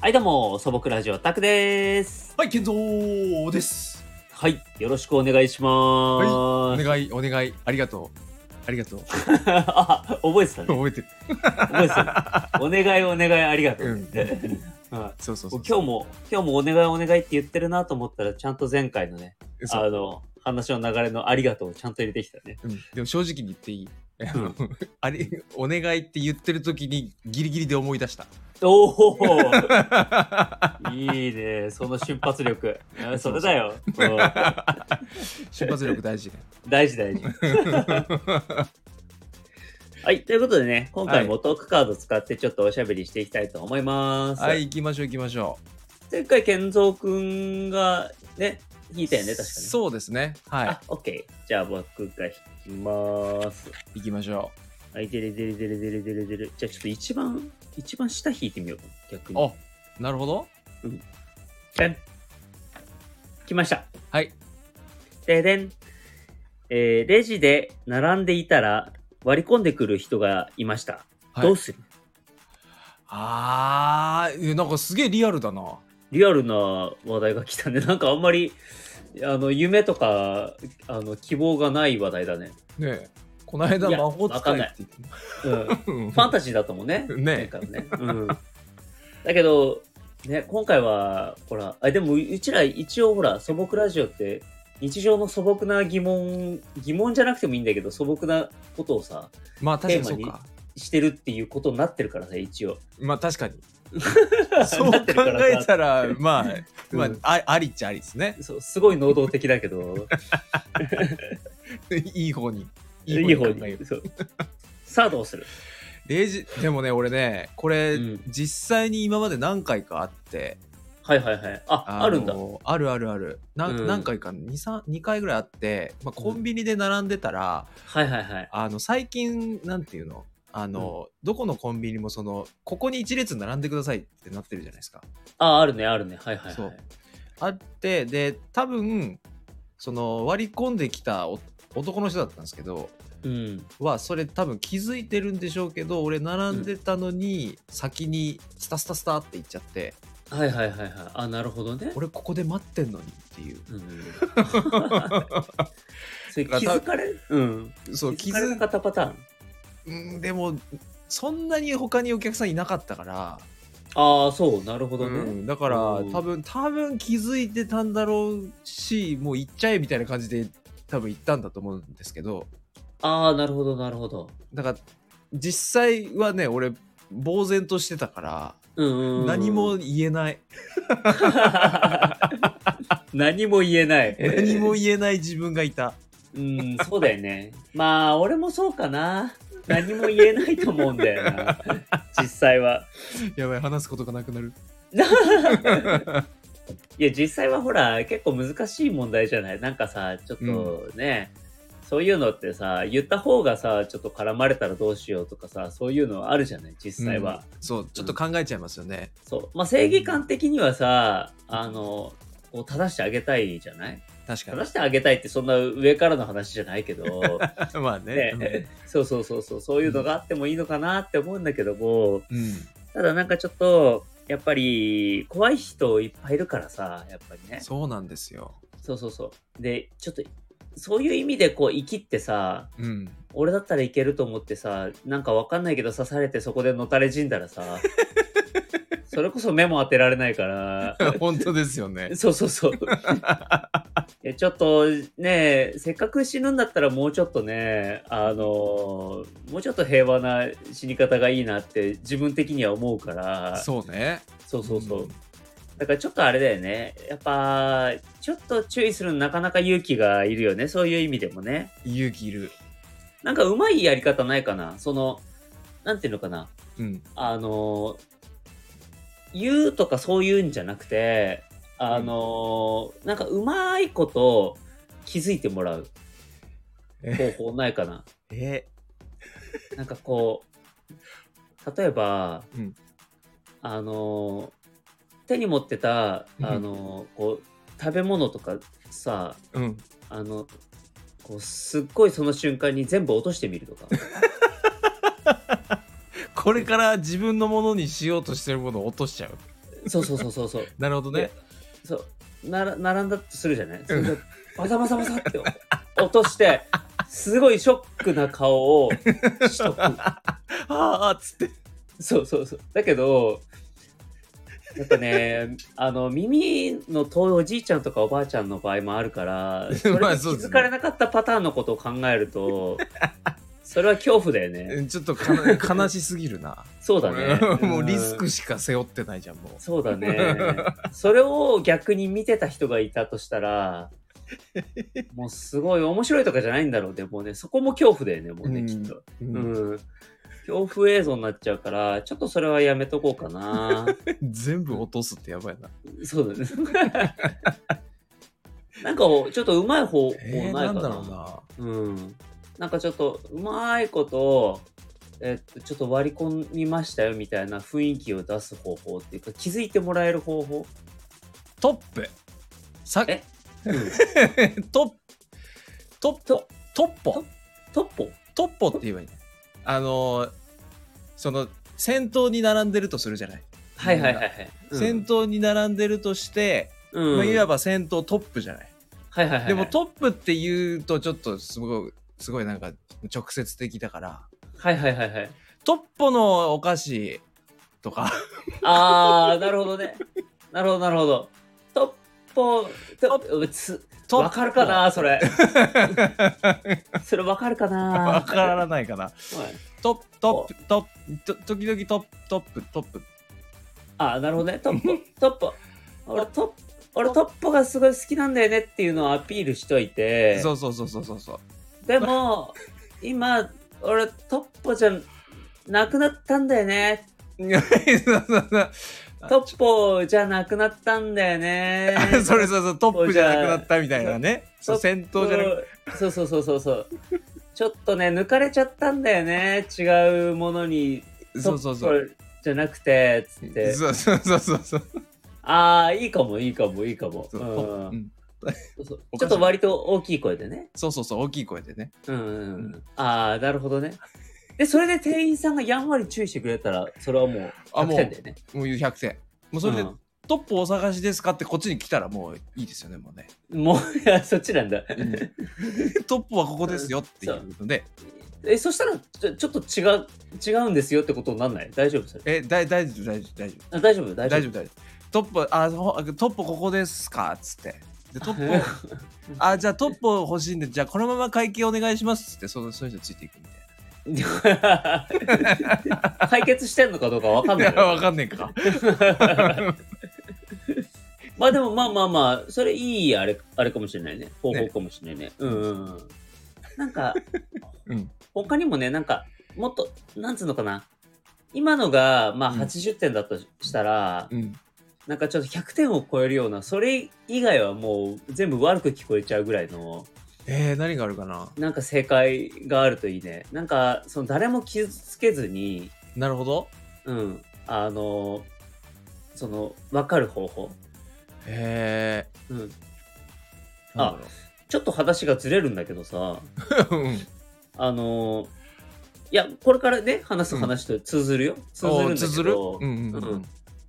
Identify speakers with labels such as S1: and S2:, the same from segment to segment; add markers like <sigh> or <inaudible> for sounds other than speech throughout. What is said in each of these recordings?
S1: はい、どうも、素朴ラジオタクです。
S2: はい、健三です。
S1: はい、よろしくお願いしま
S2: お
S1: ーす。
S2: 願い、お願い、ありがとう。ありがとう。
S1: <laughs> あ、覚えてたね。
S2: 覚えてる。
S1: 覚えて <laughs> たね。お願い、お願い、ありがとう。
S2: うん
S1: <laughs> はい
S2: そうそうそう。
S1: 今日も、今日もお願い、お願いって言ってるなと思ったら、ちゃんと前回のね、
S2: そ
S1: あ
S2: う
S1: の、話の流れのありがとうをちゃんと入れてきたね。
S2: うん、でも正直に言っていい。あのあれ、お願いって言ってる時にギリギリで思い出した。
S1: おお <laughs> いいね、その瞬発 <laughs> 力。あそれだよ。うん
S2: 瞬発力大事 <laughs> ね。
S1: 大事大事。はい、ということでね、今回もトークカード使ってちょっとおしゃべりしていきたいと思います。
S2: はい、行きましょう行きましょう。
S1: 前回、健三くんがね、引いたよね、確かに。う。
S2: そうですね。は
S1: あ、オッケー。じゃあ僕が引きます。
S2: い、行きましょ
S1: はい、でれでれでれでれでれでれ。じゃあちょっと一番、一番下引いてみようかな逆
S2: う。
S1: に。
S2: お、なるほど。
S1: でん。来ました。
S2: はい。
S1: ででん。えーレジで並んでいたら割り込んでくる人がいました。
S2: はい
S1: どうする
S2: あーえ、なんかすげえリアルだな。
S1: リアルな話題が来たね。 <laughs> なんかあんまり、あの、夢とか、あの、希望がない話題だね。
S2: ねえ。この間
S1: いや
S2: 魔法使いって言って
S1: うん。フ
S2: た。う
S1: ァ
S2: ん
S1: ンタジーだったもんね。前
S2: ね
S1: 回もね。うん。だけど、ね、今回は、ほら、あ、でも、うちら一応ほら、素朴ラジオって、日常の素朴な疑問、疑問じゃなくてもいいんだけど、素朴なことをさ、
S2: まあ確かにそう
S1: テー
S2: か。
S1: してるっていうことになってるからさ、一応。
S2: まあ確かに。そ
S1: <laughs>
S2: う
S1: な
S2: 考
S1: ってるからさ
S2: えたら、まあ、ま
S1: うん
S2: あ、あありっちゃありですね。
S1: そう、すごい能動的だけど、
S2: いい方に。
S1: いい方
S2: 考えよ
S1: に。そうさあ、どうする
S2: うレジ、でもね、俺ね、これ、
S1: うん
S2: 実際に今まで何回かあって。
S1: はいはいはい。あ、
S2: の
S1: あるんだ。
S2: あるあるある。な
S1: うん
S2: 何回か、2、三二回ぐらいあって、まあ、コンビニで並んでたら、
S1: はいはいはい。
S2: あの、最近、なんていうのあの、どこのコンビニもその、ここに一列並んでくださいってなってるじゃないですか。
S1: あ、あるね、あるね。はいはい、はい。
S2: そうあってで多分その割り込んできたお男の人だったんですけど
S1: うん。
S2: はそれ多分気づいてるんでしょうけど俺並んでたのに先にスタスタスタって言っちゃって、
S1: はいはいはいはい。あ、なるほどね。
S2: 俺ここで待ってんのにっていう
S1: うんそれ気づかれうん。
S2: <laughs> そう
S1: 気
S2: 気
S1: づかれ
S2: づ
S1: なかったパターン。
S2: うんでもそんなに他にお客さんいなかったから、
S1: ああ、そう、なるほどね。
S2: うんだから
S1: うん
S2: 多分多分気づいてたんだろうしもう行っちゃえみたいな感じで多分行ったんだと思うんですけど
S1: ああ、なるほど、なるほど。
S2: だから実際はね俺呆然としてたから
S1: うんうんうん。
S2: 何も言えない、
S1: <laughs> 何も言えない。
S2: <laughs> 何も言えない自分がいた
S1: うん、そうだよね。まあ、俺もそうかな。何も言えないと思うんだよ
S2: <laughs>
S1: な。実際は。
S2: やばい話すことがなくなる
S1: いや実際はほら結構難しい問題じゃないなんかさちょっとね、そういうのってさ言った方がさちょっと絡まれたらどうしようとかさそういうのあるじゃない実際は、
S2: うんそうちょっと考えちゃいますよね、
S1: そうまあ正義感的にはさあのこう正してあげたいじゃない
S2: 確か
S1: 正してあげたいってそんな上からの話じゃないけ <laughs> ど、
S2: に <laughs> まあね
S1: ね、そうそうそうそうそういうのがあってもいいのかなって思うんだけども、
S2: うん、うん
S1: ただなんかちょっとやっぱり怖い人いっぱいいるからさやっぱりね
S2: そうなんですよ
S1: そうそうそう。で、ちょっと、そういう意味でこう、生きってさ、 <laughs>
S2: うん
S1: 俺だったらいけると思ってさ、なんかわかんないけど刺されてそこでのたれ死んだら
S2: <laughs>
S1: さ、それこそ目も当てられない
S2: <laughs>
S1: から、
S2: 本当ですよね
S1: そうそう
S2: <laughs>
S1: そう。いやちょっとね、せっかく死ぬんだったらもうちょっとね、あのもうちょっと平和な死に方がいいなって自分的には思うから、
S2: そうね
S1: そうそうそう。だからちょっとあれだよね。やっぱ、ちょっと注意するのなかなか勇気がいるよね。そういう意味でもね。
S2: 勇気いる
S1: なんかうまいやり方ないかな。その、なんていうのかな。
S2: うん
S1: あの、言うとかそういうんじゃなくて、あの、なんかうまいこと気づいてもらう
S2: え
S1: 方法ないかな。
S2: え
S1: なんかこう、例えば、
S2: うん
S1: あの、手に持ってた、あの、こう、食べ物とかさ、
S2: うん
S1: あの、こう、すっごいその瞬間に全部落としてみると
S2: <laughs>
S1: か。
S2: これから自分のものにしようとしてるものを落としちゃう
S1: そうそうそうそうそう。
S2: なるほどね
S1: で。そうなら並んだとするじゃないそれでバサバサバサって落としてすごいショックな顔をしと
S2: <laughs>
S1: く
S2: ああっつって。
S1: そうそうそうだけどやっぱね <laughs> あの耳の遠いおじいちゃんとかおばあちゃんの場合もあるからそれ
S2: <laughs> まあ
S1: に気
S2: そうですね
S1: づかれなかったパターンのことを考えるとそれは恐怖だよね
S2: うんちょっとかな悲しすぎるな。
S1: そうだね
S2: <laughs> もうリス
S1: う
S2: ク
S1: ん
S2: しか背負ってないじゃん、もう。
S1: そうだねそれを逆に見てた人がいたとしたらもうすごい面白いとかじゃないんだろうでもうねそこも恐怖だよねもうね、
S2: うん
S1: きっと、
S2: う
S1: うんん、恐怖映像になっちゃうからちょっとそれはやめとこうかな
S2: 全部落とすってやばいな。
S1: そうだね <laughs> なんかちょっとうまい方法
S2: えー、
S1: ないか
S2: なん
S1: な,、
S2: だろうな。
S1: うん、なんかちょっとうまいこと、えっと、ちょっと割り込みましたよみたいな雰囲気を出す方法っていうか気づいてもらえる方法、
S2: トップ。さ
S1: え
S2: トップ。トッポ。トッポ。
S1: <laughs> トッポ
S2: トッポって言えばいいね。あのー、その、先頭に並んでるとするじゃない。
S1: はいはいはいは
S2: <laughs>
S1: い。
S2: 先頭に並んでるとして、
S1: うん、
S2: まあ、いわ
S1: ば、
S2: ば先頭トップじゃない。
S1: はいはいはい、
S2: でもトップって言うとちょっとすごい、すごいなんか直接的だから、
S1: はいはいはいはい。
S2: トッポのお菓子とか、
S1: あー、なるほどね。なるほどなるほど。トッポ、トッつ
S2: トッポ
S1: <laughs> わかるかなそれ。それわかるかな
S2: わからないかな。
S1: はい
S2: トップ、トップ、トップ、と時々トップ、トップ、トップ。
S1: あー、なる
S2: <laughs>
S1: ほどね。トッポ、トッポ。俺トッ俺トッポがすごい好きなんだよねっていうのをアピールしといて、
S2: そうそうそう
S1: <laughs>
S2: そうそうそう。。
S1: でも、今、俺トッポじゃなくなったんだよね。トッポじゃなくなったんだよね
S2: <laughs> それそうそう、トップじゃなくなったみたいなね。
S1: ト
S2: そ
S1: ッ
S2: う、
S1: プ
S2: 先頭じゃなく
S1: そうそうそうそうそうちょっとね抜かれちゃったんだよね違うものに
S2: そうそうそう。
S1: トップじゃなくてつって
S2: そうそうそうそうそう。
S1: ああいいかもいいかもいいかも
S2: そうう、
S1: ん
S2: トップうん
S1: そうそう
S2: お
S1: ちょ
S2: かしい
S1: っと割と大きい声でね
S2: そうそうそう、大きい声でね。
S1: うんうん、う、
S2: うん
S1: ああなるほどねでそれで店員さんがやんわり注意してくれたらそれはもう
S2: あ
S1: 100
S2: もう
S1: 点だよね
S2: もう100点。もうそれで、トップお探しですかってこっちに来たらもういいですよね、も
S1: <laughs>
S2: うね。
S1: うんもういやそっちなんだ
S2: トップはここですよっていうので、
S1: えそしたらちょちょっと違う違うんですよってことになんない大丈夫それ
S2: え、だい大丈夫、大丈夫、大丈
S1: あ大丈夫
S2: 夫、
S1: 大丈
S2: 大
S1: 夫
S2: 丈夫、大丈夫。トップ、あ、ほトップここですかっつって。で、トップ、
S1: <laughs>
S2: あ、じゃあトップ欲しいんで、じゃあこのまま会計お願いしますっつって、そのその人ついていくみたいな。
S1: <laughs> 解決してんのかどうかわかんないい
S2: や、
S1: よ
S2: わかんねえか。
S1: <laughs> まあでもまあまあまあそれいいあれあれかもしれないね方法かもしれないねうんうんうんなんか
S2: <laughs> うん。
S1: 他にもねなんかもっとなんつうのかな今のがまあ
S2: うん
S1: 80点だとしたら、
S2: うん。
S1: なんかちょっと100点を超えるようなそれ以外はもう全部悪く聞こえちゃうぐらいの
S2: えー、何があるかな
S1: なんか正解があるといいねなんかその誰も傷つけずに
S2: なるほど。
S1: うん、あのその分かる方法、
S2: え
S1: うん、
S2: ー、なんだ
S1: ちょっと話がずれるんだけどさ
S2: ろううん。
S1: あのいやこれからね話す話と通ずるよ、通ずるんだけど、
S2: おーつづるうんうんう
S1: うんん。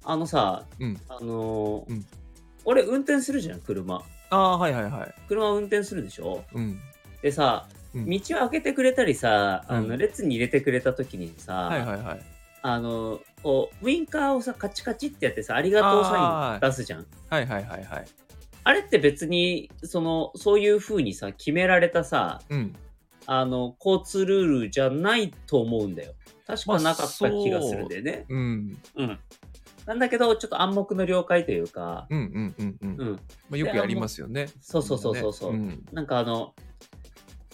S1: あのさ、
S2: うん
S1: あの、
S2: うん
S1: 俺運転するじゃん車
S2: あー、はいはいはい。
S1: 車運転するでしょ
S2: うん。
S1: でさ
S2: うん
S1: 道を開けてくれたりさ、あ
S2: う
S1: の
S2: ん
S1: 列に入れてくれた時にさ、
S2: はいはいはい。
S1: あのこうウインカーをさカチカチってやってさありがとうサイ
S2: あ
S1: ン
S2: ー
S1: 出すじゃん
S2: はいはいはいはい。
S1: あれって別に、その、そういう風にさ、決められたさ、
S2: うん。
S1: あの、交通ルールじゃないと思うんだよ。確かなかった気がするんだよね。
S2: うん。
S1: うん。なんだけど、ちょっと暗黙の了解というか、
S2: うんうんうんうん。
S1: うん。
S2: まあ、よくやりますよね。
S1: そうそうそうそうそう。
S2: うん
S1: なんかあの、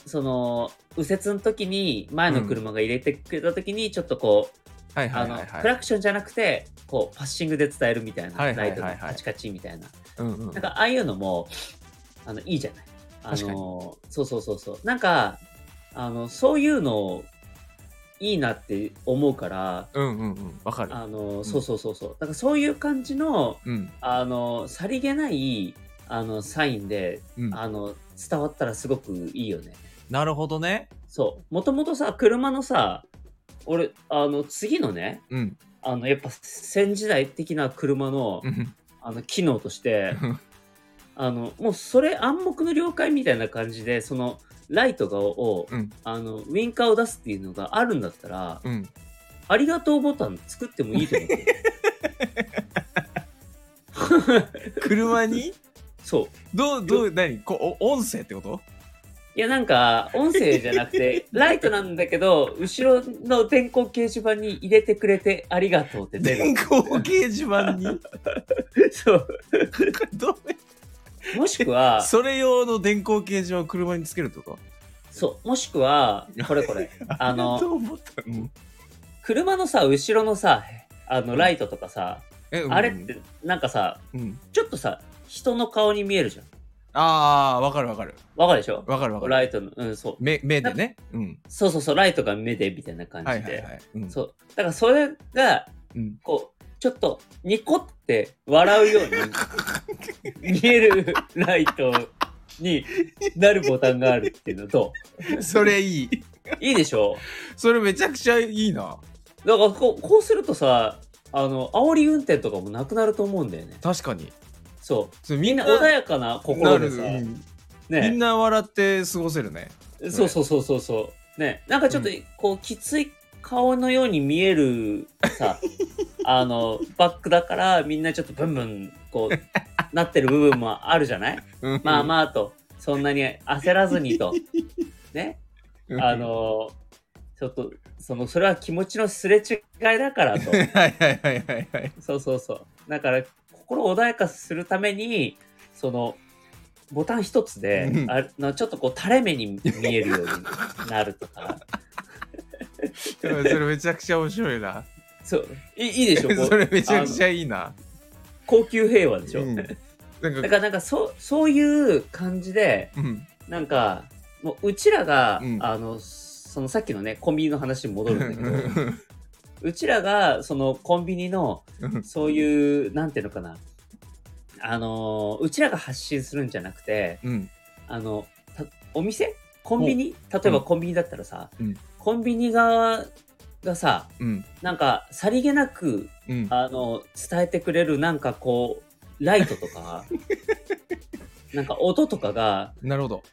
S1: その、右折の時に、前の車が入れてくれた時に、ちょっとこう、
S2: はいは
S1: あ
S2: い
S1: の、
S2: はい
S1: ク
S2: は
S1: ラ
S2: い。
S1: クションじゃなくて、こう、パッシングで伝えるみたいな。
S2: はいはい
S1: ライト
S2: はいは
S1: の
S2: い
S1: カチカチみたいな。
S2: うんうん
S1: なんかああいうのも、あの、いいじゃない。あ
S2: 確かに
S1: の、そうそうそうそう。なんか、あの、そういうの、いいなって思うから、
S2: うんうんうん。わかる。
S1: あの、そうそうそうそう。だからそういう感じの、
S2: うん
S1: あの、さりげない、あの、サインで、
S2: うん。
S1: あの、伝わったらすごくいいよね。
S2: なるほどね。
S1: そう。もともとさ、車のさ、俺、あの、次のね、
S2: うん。
S1: あのやっぱ先時代的な車の
S2: うん
S1: あの機能としてあのもうそれ暗黙の了解みたいな感じでそのライトがを、
S2: うん
S1: あのウインカーを出すっていうのがあるんだったら、
S2: うん
S1: ありがとうボタン作ってもいいと
S2: <laughs>
S1: 思う。
S2: 車に
S1: そう
S2: どうどう何こうお音声ってこと
S1: いやなんか音声じゃなくて
S2: <laughs>
S1: ライトなんだけど後ろの電光掲示板に入れてくれてありがとうって出
S2: 電
S1: る
S2: 光掲示板に <laughs>
S1: そう
S2: どう
S1: もしくは
S2: それ用の電光掲示板を車につけるってこと
S1: そうもしくはこれこれあ
S2: <laughs>
S1: の
S2: どう思ったの
S1: 車のさ後ろのさあのライトとかさ、
S2: えうん
S1: あれってなんかさ
S2: うん
S1: ちょっとさ人の顔に見えるじゃん
S2: ああわかるわかる
S1: わかるでしょ
S2: わかるわかる
S1: ライトのうんそう
S2: 目目でねうん
S1: そうそうそうライトが目でみたいな感じ
S2: は
S1: で、
S2: いはいはいうん
S1: そうだからそれが
S2: うん
S1: こうちょっとニコって笑うように見えるライトになるボタンがあるっていうのと
S2: それいい
S1: いいでしょ
S2: それめちゃくちゃいいな
S1: だからこうこうするとさあの煽り運転とかもなくなると思うんだよね
S2: 確かに
S1: そう
S2: それ
S1: み
S2: み
S1: ん
S2: ん
S1: な
S2: な
S1: 穏やかな心でさ
S2: なるうんみん
S1: ね
S2: な笑って過ごせるね
S1: そうそうそうそうそうねなんかちょっと
S2: う
S1: こうきつい顔のように見える
S2: <laughs>
S1: さあのバックだからみんなちょっとブンブンこうなってる部分もあるじゃないまあまあと、そんなに焦らずにと。ね。
S2: あ
S1: あのちょっと、その、それは気持ちのすれ違いだからと。
S2: はいはいはいはいはい。
S1: そうそうそう。だから、心を穏やかにするために、その、ボタン一つで
S2: う、ん
S1: あのちょっとこう、垂れ目に見えるようになるとか。
S2: それめちゃくちゃ面白いな。
S1: そう。いいいでしょこ
S2: <laughs> そうれめちゃくちゃいいな。
S1: 高級平和でしょ、
S2: うん
S1: だ
S2: なん
S1: か
S2: か、
S1: ら、なんか、そう、そういう感じで、
S2: うん。
S1: なんか、もう、うちらが、
S2: うん
S1: あの、そのさっきのね、コンビニの話に戻
S2: う
S1: るん
S2: <laughs>
S1: だけど、うちらがそのコンビニの
S2: ん
S1: そういうなんていうのかなあのーうちらが発信するんじゃなくて
S2: うん。
S1: あのたお店コンビニ例えば
S2: うん
S1: コンビニだったらさ、
S2: うん
S1: コンビニ側がさ
S2: うん。
S1: なんかさりげなく
S2: うん。
S1: あの伝えてくれるなんかこうライトと
S2: <laughs>
S1: かなんか音とかが
S2: なるほど。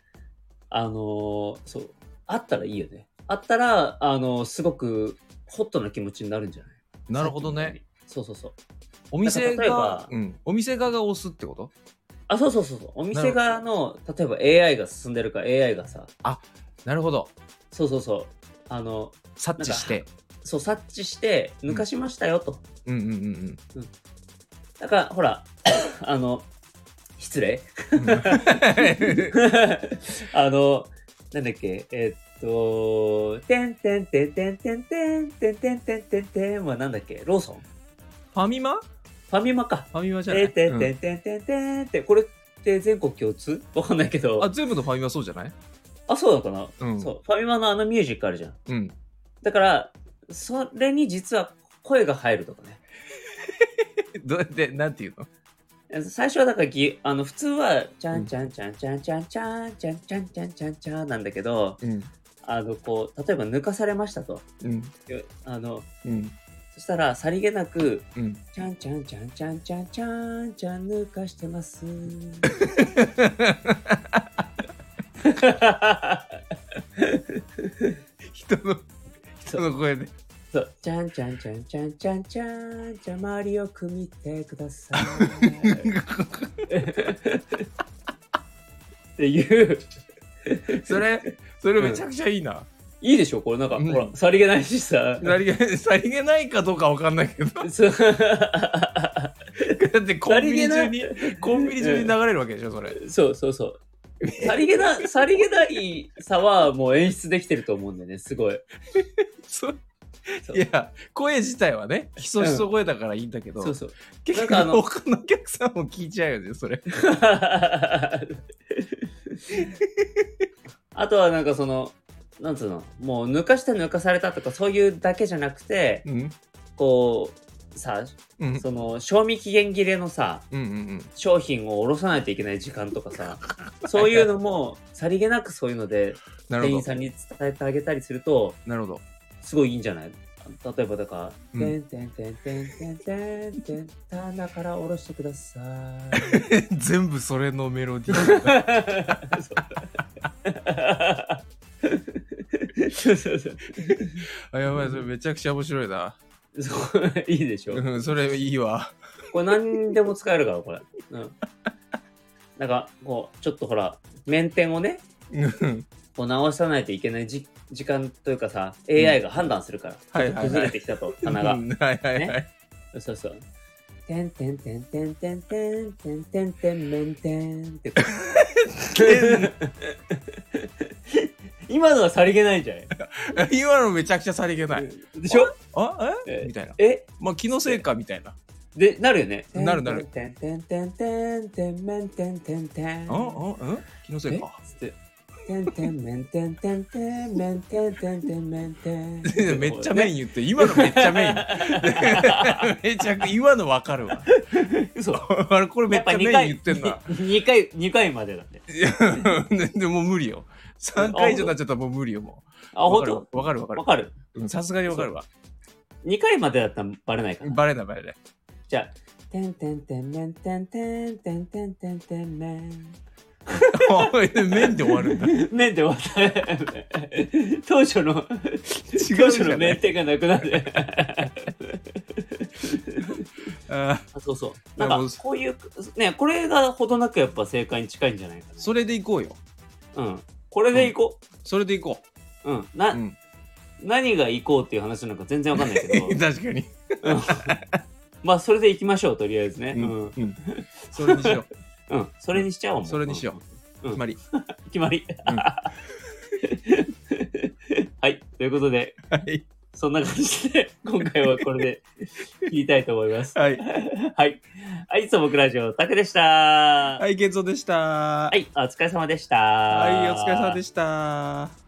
S1: あのーそうあったらいいよねあったらあのすごくホットな気持ちになるんじゃない
S2: なるほどね。。
S1: そうそうそう。
S2: お
S1: な
S2: 店
S1: んか
S2: が、
S1: 例
S2: うん。お店側が押すってこと
S1: あ、そうそうそうそう。お店側の、例えば AI が進んでるから AI がさ、
S2: なるほど。
S1: そうそうそう。あの、
S2: 察知して。
S1: そう、察知して、抜かしましたよと。
S2: うんうんうん
S1: だから、ほら、あの、失礼。
S2: うん。
S1: あの、なんだっけ、えっと、てんてんてんてんてんてんてんてんてんてんてんはなんだっけ、ローソン
S2: ファミマフ
S1: ファミマか。
S2: ァミマじゃな
S1: てんて
S2: い
S1: ん
S2: う
S1: てん
S2: ん
S1: てんてんてんって、これって全国共通わかんないけど。
S2: あ、全部のファミマそうじゃない
S1: あ、そうなのかな、
S2: うん
S1: そう。ファミマのあのミュージックあるじゃん。
S2: うん。
S1: だから、それに実は声が入るとかね。
S2: どうやって、なんていうの
S1: 最初はだからぎあの普通は、ちゃんちゃんちゃんちゃんちゃんちゃんちゃんちゃんちゃんちゃんちゃんなんだけど、
S2: うん。
S1: あの、こう、例えば抜かされましたと。
S2: うん。
S1: あの、
S2: うん。
S1: そしたらさりげなく、
S2: うん。
S1: ちゃんちゃんちゃんちゃんちゃんちゃんちゃん抜かしてます。
S2: 人の、人
S1: そう
S2: の声で。
S1: そう。ちゃんちゃんちゃんちゃんちゃんちゃんじゃあ周りよく見てください。っていう。
S2: それ、それめちゃくちゃいいな。
S1: いいでしょこれなんか、
S2: うん
S1: ほら、さりげないしさ。
S2: さりげさりげないかどうかわかんないけど
S1: そう
S2: だってコンビニ中に
S1: さ
S2: コンビニ中に流れるわけでしょそれ
S1: そうそうそう。さりげな、さりげないさはもう演出できてると思うんだよね、すごい。
S2: そ
S1: そう
S2: いや声自体はねひそひそ声だからいいんだけど、
S1: そう <laughs> そう。
S2: 結
S1: なんかあ
S2: 局
S1: の
S2: 他のお客さんも聞いちゃうよねそれ
S1: あとはなんかその、なんつうの、もう抜かして抜かされたとかそういうだけじゃなくて、
S2: うん
S1: こう、さ、
S2: うんうん
S1: その、賞味期限切れのさ、
S2: うんうん
S1: 商品を下ろさないといけない時間とかさ、そういうのも、さりげなくそういうので、
S2: なる
S1: 店
S2: ほ
S1: 員
S2: ど
S1: さんに伝えてあげたりすると、 <laughs>
S2: なるほど
S1: すごいいいんじゃない例えばだから「
S2: うん
S1: てんてんてんてんてんてんてん棚から下ろしてくださ
S2: 全部それのメロディー
S1: い」そうそうそう
S2: あやばいそれめちゃくちゃ面白いな
S1: そう <laughs> いいでしょ
S2: うんそれいいわ
S1: これ何でも使えるからこれ、うん、なんかこうちょっとほら面点をね
S2: うん
S1: こう直さないといけないじ時間というかさ
S2: ん
S1: AI が判断するから、
S2: はい
S1: ちょっと
S2: はい
S1: 崩
S2: は
S1: れ
S2: い
S1: てきたと棚が
S2: う。んはいはいはい
S1: そうそう。てんてんてんてんてんてんてんてんてんめんてんってこう。今のはさりげないんじゃない
S2: <laughs> 今のめちゃくちゃさりげない
S1: でしょ
S2: あえ
S1: え
S2: みたいな
S1: え
S2: まあ気のせいかみたいな
S1: で、なるよね。
S2: なるなる
S1: てんてんてんてんてんめんてんてんてん。
S2: うんうんうん気のせい
S1: え
S2: か。
S1: つって。てんてんめんてんてんてんめんてんてんてんめんてん
S2: めっちゃメイン言って今のめっちゃメイン
S1: <laughs>
S2: めちゃく今のわかるわ
S1: 嘘。
S2: あれこれめっちゃメイン言ってんな
S1: 2回、2回までなんで。
S2: いや <laughs> でもう無理よ3回以上になっちゃったらもう無理よもう
S1: あ、ほんと
S2: わかるわか
S1: わ
S2: るわか
S1: かる
S2: るうんさすがにわかるわ
S1: ?2 回までだったらバレないから。
S2: バレないバレない
S1: じゃあ、てんてんてんめんてんてんてんてんてんてんめん。
S2: おい <laughs> 面で終わ
S1: <laughs>
S2: るんだ
S1: めんで終わった。当初の、
S2: じゃ
S1: 当
S2: ない
S1: 初の名店がなくなって。
S2: あー
S1: あそうそう。
S2: で
S1: な
S2: も
S1: んか、こういう、ね、これがほどなくやっぱ正解に近いんじゃないか
S2: それでいこうよ
S1: な。うん。これでいこ
S2: それでいこ
S1: う。うん。
S2: う、
S1: な、
S2: うん、。
S1: 何がいこうっていう話なのか全然わかんないけど
S2: <laughs> 確かに
S1: うんまあ、それでいきましょう、とりあえずね。う。
S2: うんん
S1: うん。
S2: うんそれにしよ
S1: それにしちゃおうもう。
S2: それにしよ
S1: う
S2: う
S1: ん
S2: 決まり
S1: うん。決まり。
S2: ん
S1: はい。ということで、
S2: はい
S1: そんな感じで、今回はこれで切りたいと思います。
S2: はい
S1: はい。はい、いつも僕ラジオ、タクでした。は、
S2: はい、ゲンゾーでした。はい
S1: お疲れ様でした。
S2: い、お疲れ様でした。